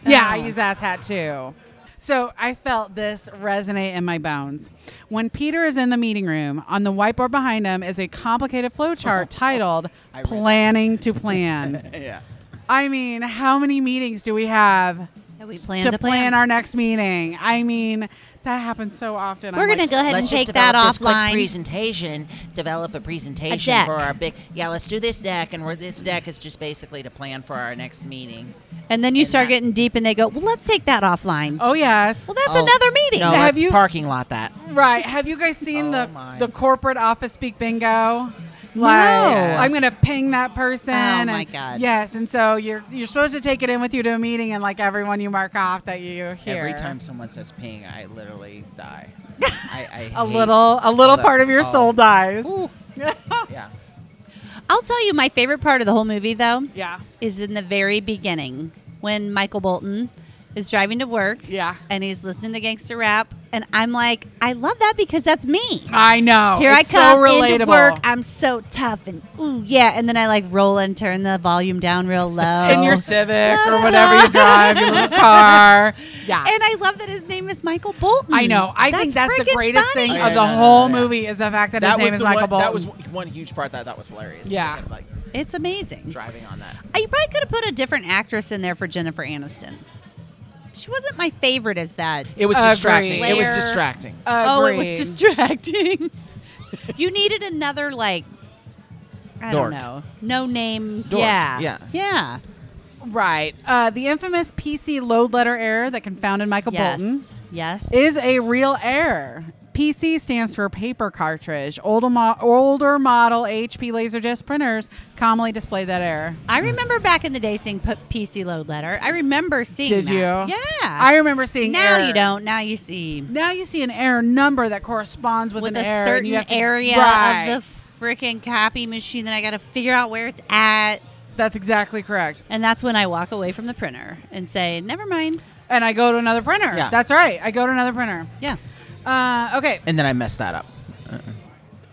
S1: Yeah, I
S3: Oh.
S1: use ass hat too. So I felt this resonate in my bones. When Peter is in the meeting room, on the whiteboard behind him is a complicated
S2: [LAUGHS]
S1: flowchart titled
S2: I read that.
S1: Planning to
S2: [LAUGHS]
S1: Plan.
S2: Yeah.
S1: I mean, how many meetings do we have
S3: That we plan
S1: to, plan. our next meeting. I mean, that happens so often. I'm
S3: We're gonna
S1: like,
S3: go ahead and
S4: Let's just
S3: take that
S4: develop this quick
S3: offline.
S4: presentation. Develop a presentation
S3: deck.
S4: for our big. Yeah, let's do this deck, and we're, this deck is just basically to plan for our next meeting.
S3: And then you start
S4: that.
S3: getting deep, and they go, "Well, let's take that offline."
S1: Oh yes,
S3: Well, that's
S4: Oh,
S3: another meeting.
S4: No,
S3: [LAUGHS]
S1: Have
S4: that's
S1: you-
S4: parking lot. That
S1: right. Have you guys seen
S4: Oh,
S1: the
S4: my.
S1: the corporate office speak bingo? Like,
S3: Yes.
S1: I'm gonna ping that person.
S3: Oh, my
S1: and-
S3: God.
S1: Yes, and so you're you're supposed to take it in with you to a meeting, and like everyone you mark off that you hear
S2: Every time someone says ping, I literally
S3: [LAUGHS]
S2: die. I, I
S1: a
S2: hate-
S1: little a little
S2: Oh,
S1: part of your
S2: oh.
S1: soul dies.
S2: Yeah.
S3: I'll tell you my favorite part of the whole movie though
S1: yeah,
S3: is in the very beginning when Michael Bolton is driving to work
S1: yeah.
S3: and he's listening to gangster rap and I'm like, I love that because that's me.
S1: I know.
S3: Here
S1: Oh, It's
S3: I come
S1: So relatable.
S3: into work. I'm so tough and ooh yeah, and then I like roll and turn the volume down real low.
S1: in your Civic
S3: [LAUGHS]
S1: or whatever you drive, your little car. Yeah.
S3: and I love that his name is Michael Bolton.
S1: I know. I think Hmm. that's the
S3: freaking
S1: greatest
S3: funny.
S1: thing
S2: Oh, yeah,
S1: of the
S2: yeah,
S1: whole
S2: yeah, yeah.
S1: movie is the fact that, his
S2: That
S1: name
S2: was
S1: is
S2: the
S1: Michael
S2: one,
S1: Bolton.
S2: That was one huge part that that was hilarious.
S1: Yeah.
S2: Like
S3: It's amazing.
S2: driving on that.
S3: I you probably could have put a different actress in there for Jennifer Aniston. She wasn't my favorite as that.
S2: It was
S1: Agreed.
S2: distracting. It was
S3: Layer.
S2: distracting.
S3: Oh, it was
S1: Agreed. [LAUGHS]
S3: distracting. you needed another like I
S2: Dork.
S3: don't know, no name.
S2: Dork,
S3: Yeah,
S2: yeah.
S3: yeah.
S1: Right. Uh, the infamous PC load letter error that confounded Michael Bolton
S3: Yes. Yes.
S1: is a real error. PC stands for paper cartridge. Older, mo- older model HP Laserdisc printers commonly display that error.
S3: I remember back in the day seeing p- PC load letter. I remember seeing.
S1: Did
S3: that.
S1: you?
S3: Yeah.
S1: I remember seeing
S3: now
S1: error.
S3: you don't. Now you see
S1: Now you see an error number that corresponds with,
S3: with
S1: an
S3: a
S1: error. and
S3: certain
S1: you have to-
S3: area
S1: Right.
S3: of the freaking copy machine that I got to figure out where it's at,
S1: That's exactly correct.
S3: and that's when I walk away from the printer and say, "Never mind."
S1: And I go to another printer.
S2: Yeah.
S1: That's right. I go to another printer.
S3: Yeah.
S1: Uh, okay.
S2: And then I messed that up.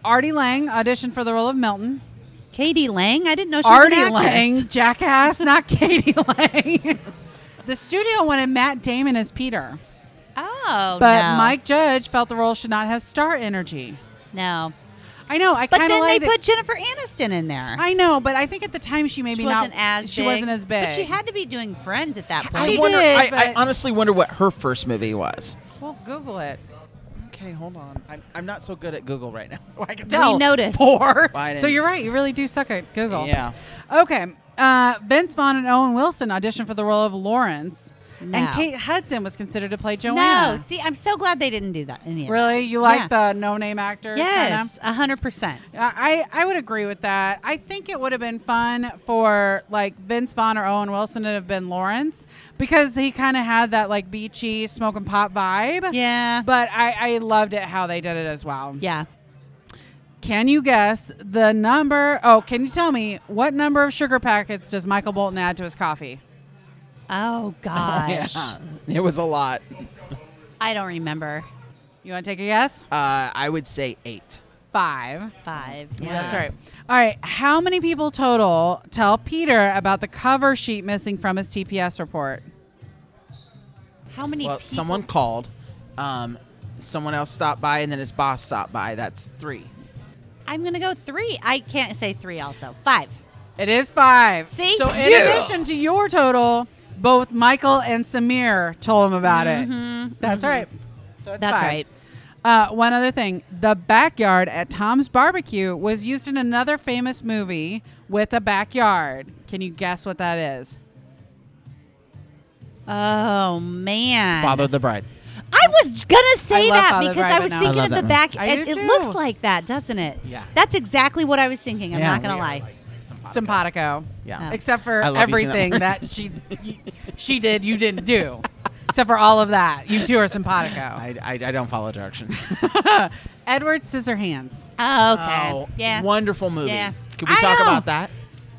S1: Artie Lang auditioned for the role of Milton.
S3: Katie Lang. I didn't know she was
S1: Artie
S3: an actress.
S1: Lang, jackass, not [LAUGHS] Katie Lang. the studio wanted Matt Damon as Peter,
S3: Oh,
S1: but
S3: no.
S1: Mike Judge felt the role should not have star energy.
S3: No.
S1: I know. I
S3: But
S1: kind of
S3: then
S1: like
S3: they put Jennifer Aniston in there.
S1: I know, but I think at the time she maybe
S3: she
S1: not
S3: wasn't as
S1: she
S3: big,
S1: wasn't as big.
S3: But she had to be doing Friends at that
S1: She
S3: point.
S2: I wonder.
S1: did,
S2: I, I
S1: but-
S2: honestly wonder what her first movie was.
S1: Well, Google it.
S2: Okay, hold on. I'm, I'm not so good at Google right now. [LAUGHS] I can
S3: We noticed.
S1: Four.
S2: Biden.
S1: So you're right. You really do suck at Google.
S2: Yeah.
S1: Okay. Uh, Vince Vaughn and Owen Wilson auditioned for the role of Lawrence,
S3: No.
S1: and Kate Hudson was considered to play Joanna.
S3: No, see, I'm so glad they didn't do that. Any of
S1: Really, you like
S3: Yeah.
S1: the no-name actors? kinda?
S3: Yes, hundred percent.
S1: I, I would agree with that. I think it would have been fun for like Vince Vaughn or Owen Wilson to have been Lawrence because he kind of had that like beachy smoking pot vibe.
S3: Yeah,
S1: But I, I loved it how they did it as well.
S3: yeah.
S1: Can you guess the number? Oh, can you tell me what number of sugar packets does Michael Bolton add to his coffee?
S3: Oh
S1: [LAUGHS]
S3: gosh,
S2: Yeah. It was a lot. Uh,
S3: I don't remember.
S1: You want to take a guess?
S2: Uh, I would say eight.
S1: Five.
S3: Five.
S1: That's right. All right. How many people total tell Peter about the cover sheet missing from his TPS report?
S3: How many?
S2: Well,
S3: people?
S2: someone called. Um, someone else stopped by, and then his boss stopped by. That's three.
S3: I'm gonna go three. I can't say three. Also, five.
S1: It is five.
S3: See?
S1: So in
S2: Yeah.
S1: addition to your total, both Michael and Samir told him about it. That's right. So it's
S3: Mm-hmm, That's
S1: five.
S3: right.
S1: Uh, one other thing, the backyard at Tom's Barbecue was used in another famous movie with a backyard. Can you guess what that is?
S3: Oh man,
S2: Father of the bride.
S3: I was gonna
S1: I
S3: say
S1: love
S3: that
S1: Father
S3: because
S1: Bride,
S3: I
S1: but
S3: was
S1: no. I
S3: thinking
S2: love
S3: of
S2: that
S3: the
S2: one.
S3: back.
S1: I
S3: and
S1: do
S3: it
S1: too.
S3: looks like that, doesn't it?
S2: Yeah.
S3: That's exactly what I was thinking. I'm
S2: Yeah,
S3: not gonna
S2: we are
S3: lie.
S2: like simpatico.
S1: Simpatico.
S2: Yeah.
S1: Except for
S2: I love you,
S1: everything
S2: [LAUGHS] Sam.
S1: that she she did, you didn't do. Except for all of that, you two are simpatico.
S3: Oh.
S2: I, I, I don't follow directions.
S1: [LAUGHS] Edward Scissorhands.
S3: Oh, okay.
S2: Oh,
S3: yeah.
S2: Wonderful movie.
S3: Yeah.
S2: Could we
S3: I
S2: talk
S3: know.
S2: about that?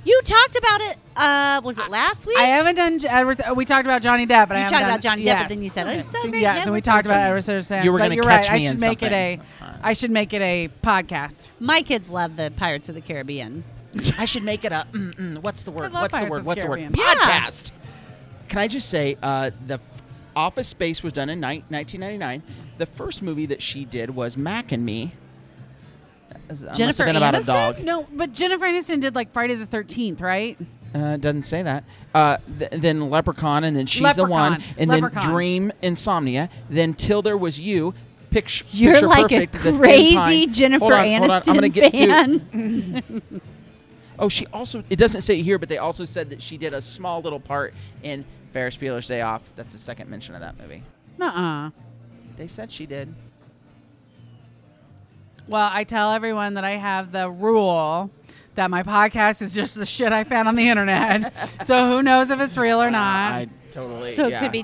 S3: You talked about it. Uh, was it last week?
S1: I haven't done J- Edward. uh, We talked about Johnny Depp, but I
S3: we
S1: haven't
S3: talked
S1: done-
S3: about Johnny Depp,
S1: yes.
S3: but then you said, "Oh, it's so great."
S1: Yes, and we
S3: Netflix
S1: talked about
S3: original."
S1: Edward Scissorhands.
S2: You were
S1: but
S2: gonna
S1: you're
S2: catch
S1: right. I
S2: me
S1: should
S2: in
S1: make it
S2: something.
S1: a. I should make it a podcast.
S3: My kids love the Pirates of the Caribbean.
S4: I should make it a. Mm, mm, what's the word?
S1: love
S4: What's the
S1: Pirates of
S4: word?
S1: the
S4: What's the word?
S1: Caribbean.
S3: Yeah.
S4: Podcast.
S2: Can I just say uh, the f- Office Space was done in ni- 1999. The first movie that she did was Mac and Me. That is- that must
S3: Jennifer
S2: have been about
S3: Aniston?
S2: a dog.
S1: No, but Jennifer Aniston did like Friday the Thirteenth, right?
S2: Uh, doesn't say that. Uh, th- then Leprechaun, and then she's the one,
S1: Leprechaun.
S2: and
S1: Leprechaun.
S2: then Dream Insomnia. Then Till There Was You. Picture,
S3: You're
S2: Picture
S3: like a
S2: perfect, The Thin
S3: crazy
S2: Pine.
S3: Jennifer
S2: Hold on,
S3: Aniston
S2: hold on, I'm gonna get to-
S3: fan.
S2: Oh, she also. It doesn't say it here, but they also said that she did a small little part in Ferris Bueller's Day Off. That's the second mention of that movie.
S1: Uh. uh
S2: They said she
S1: Um,
S2: did.
S1: Well, I tell everyone that I have the rule that my podcast is just the shit I found on the
S2: [LAUGHS]
S1: internet. so who knows if it's real or not?
S2: I totally.
S3: So it
S2: yeah.
S3: could be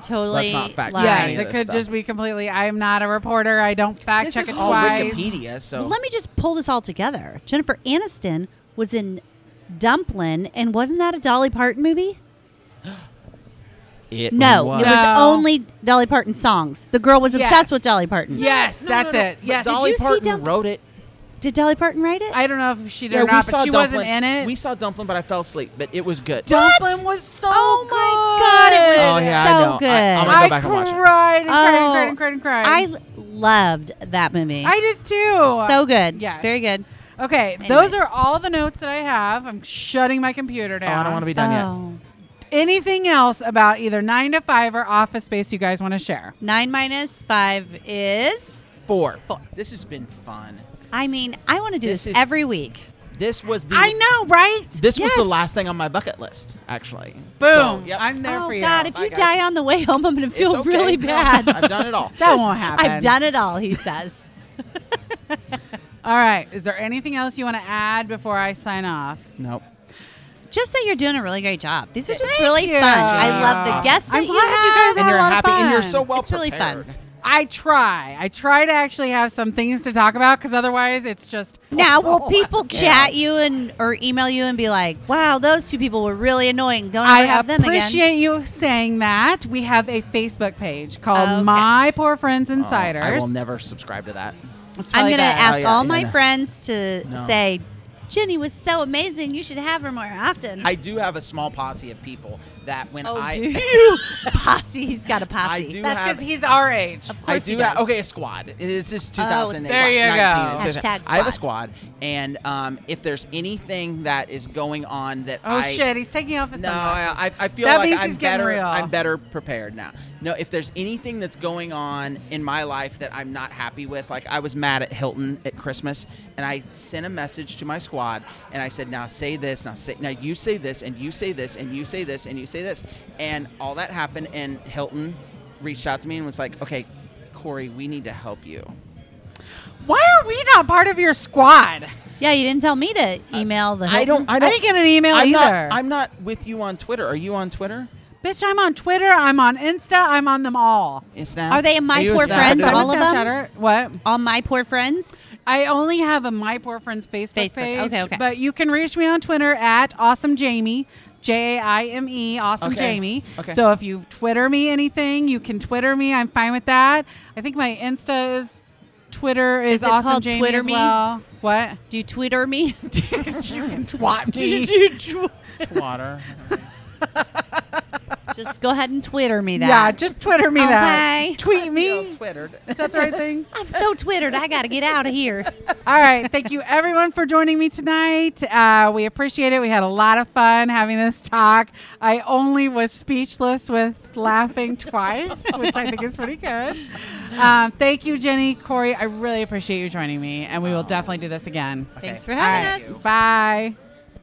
S2: Let's
S3: totally
S2: not fact
S3: lies.
S2: check any
S1: yes,
S2: of
S1: it
S2: this
S1: could
S2: stuff.
S1: just be completely. I am not a reporter. I don't fact
S2: This
S1: check
S2: is
S1: it
S2: all
S1: twice.
S2: Wikipedia, so
S3: Well, [LAUGHS] let me just pull this all together. Jennifer Aniston was in Dumplin', and wasn't that a Dolly Parton movie?
S2: it
S3: No,
S2: was.
S3: it was
S1: No.
S3: only Dolly Parton songs. The girl was obsessed
S1: Yes.
S3: with Dolly Parton.
S1: Yes,
S2: No, no,
S1: that's
S2: no,
S1: it.
S2: but
S1: Yes,
S2: Dolly
S3: you see
S2: Parton
S3: Dump-
S2: wrote it.
S3: Did Dolly Parton write it?
S1: I don't know if she did
S2: Yeah,
S1: or
S2: we
S1: not,
S2: saw
S1: but she
S2: Dumplin'.
S1: wasn't in it.
S2: We saw Dumplin', but I fell asleep. But it was good.
S1: Dumpling was so
S3: Oh
S1: good.
S3: my God, it was
S2: Oh, yeah, I
S3: so
S2: know. I-
S3: good.
S2: I'm gonna
S1: I
S2: go back and watch it.
S1: cried and cried and
S3: Oh,
S1: cried and cried and cried.
S3: I loved that movie.
S1: I did too.
S3: so good.
S1: Yes.
S3: Very good.
S1: Okay,
S3: Anyways.
S1: those are all the notes that I have. I'm shutting my computer
S2: Oh,
S1: down.
S2: I don't want to be done yet.
S3: Oh.
S1: Anything else about either 9 to 5 or office space you guys want to share?
S3: Nine minus five is.
S2: Four. This has been fun.
S3: I mean, I want to do
S2: This
S3: this,
S2: is-
S3: every week.
S2: this was the
S1: I know, right?
S2: This was the
S3: Yes.
S2: last thing on my bucket list, actually.
S1: Boom.
S2: So, yep.
S1: I'm there
S3: oh
S1: for you.
S3: God! If
S2: Bye,
S3: you
S2: guys.
S3: die on the way home, I'm gonna
S2: It's
S3: feel
S2: okay.
S3: really
S2: No,
S3: bad.
S2: I've done it all.
S1: [LAUGHS] that won't happen.
S3: [LAUGHS] I've done it all. He says.
S1: All right. Is there anything else you want to add before I sign off?
S2: Nope.
S3: Just that you're doing a really great job. These are just
S1: Thank
S3: really
S1: you.
S3: fun. I love the
S2: Awesome.
S3: guests that
S1: I'm
S3: you
S1: glad you
S3: have.
S1: guys
S2: And
S1: had a
S2: you're
S1: lot of
S2: happy, and you're
S1: fun.
S2: so well
S3: It's really fun.
S2: prepared.
S1: I try. I try to actually have some things to talk about because otherwise it's just.
S3: now,
S2: [LAUGHS] Oh,
S3: will people chat you and or email you and be like, "Wow, those two people were really annoying. Don't ever
S1: I
S3: have them again."
S1: appreciate you saying that. We have a Facebook page called
S3: Okay.
S1: My Poor Friends
S2: Oh,
S1: Insiders.
S2: I will never subscribe to that.
S1: It's
S3: I'm
S1: really
S3: gonna
S1: bad.
S3: ask
S2: Oh, yeah,
S3: all
S2: yeah,
S3: my
S2: no.
S3: friends to
S2: No.
S3: say, "Jenny was so amazing. You should have her more often."
S2: I do have a small posse of people that when
S3: oh,
S2: I
S3: do you
S2: [LAUGHS]
S3: [LAUGHS] posse? He's got a posse.
S2: do
S1: That's
S2: have-
S1: because he's our age.
S3: of
S2: I
S3: course,
S2: do
S3: He does.
S2: have okay a squad. It's just
S3: Oh,
S2: 2008.
S3: it's-
S1: There you
S2: 19.
S1: go.
S2: It's just-
S3: Hashtag
S2: I have a squad, and um, if there's anything that is going on that
S1: Oh
S2: I
S1: shit! He's taking off his
S2: no,
S1: sunglasses.
S2: I, I feel
S1: That
S2: like
S1: means
S2: I'm
S1: he's getting
S2: better.
S1: real.
S2: I'm better prepared now. No, if there's anything that's going on in my life that I'm not happy with, like I was mad at Hilton at Christmas, and I sent a message to my squad, and I said, "Now say this. Now say. Now you say this, and you say this, and you say this, and you say this." And all that happened, and Hilton reached out to me and was like, "Okay, Corey, we need to help you."
S3: uh,
S1: Why are we not part of your squad?
S3: Yeah, you didn't tell me to email the.
S2: I don't. I
S1: I
S2: don't
S1: didn't get an email
S2: I'm
S1: either.
S2: Not, I'm not with you on Twitter. Are you on Twitter?
S1: Bitch, I'm on Twitter. I'm on Insta. I'm on them all.
S2: And Snap?
S3: Are they my
S2: you a
S3: poor
S2: Snap
S3: friends,
S2: dude?
S1: I'm a
S3: all of them?
S1: Snapchatter. What?
S3: All my poor friends.
S1: I only have a My Poor Friends Facebook,
S3: Facebook,
S1: page.
S3: okay, okay.
S1: But you can reach me on Twitter at Awesome Jamie. J A I M E, awesome
S2: Okay,
S1: Jamie.
S2: okay.
S1: So if you Twitter me anything, you can Twitter me. I'm fine with that. I think my Insta is Twitter is,
S3: it
S1: awesome
S3: called
S1: Jamie
S3: Twitter
S1: as
S3: me?
S1: well. What?
S3: [LAUGHS] Do you
S2: [LAUGHS]
S3: Twitter me?
S1: you can twat [LAUGHS]
S2: Water.
S3: [LAUGHS] Just go ahead and Twitter me that.
S1: Yeah, just Twitter me
S3: Okay.
S1: that. Tweet
S3: [LAUGHS]
S1: me.
S2: Feel
S1: Is
S2: Twittered.
S1: that the right thing?
S3: I'm so Twittered. I got to get out of here.
S1: All right. Thank you, everyone, for joining me tonight. Uh, we appreciate it. We had a lot of fun having this talk. I only was speechless with laughing twice, which I think is pretty good. Um, thank you, Jenny, Corey. I really appreciate you joining me, and we will definitely do this again.
S3: Thanks for
S1: All
S3: having
S1: right.
S3: us.
S1: Bye.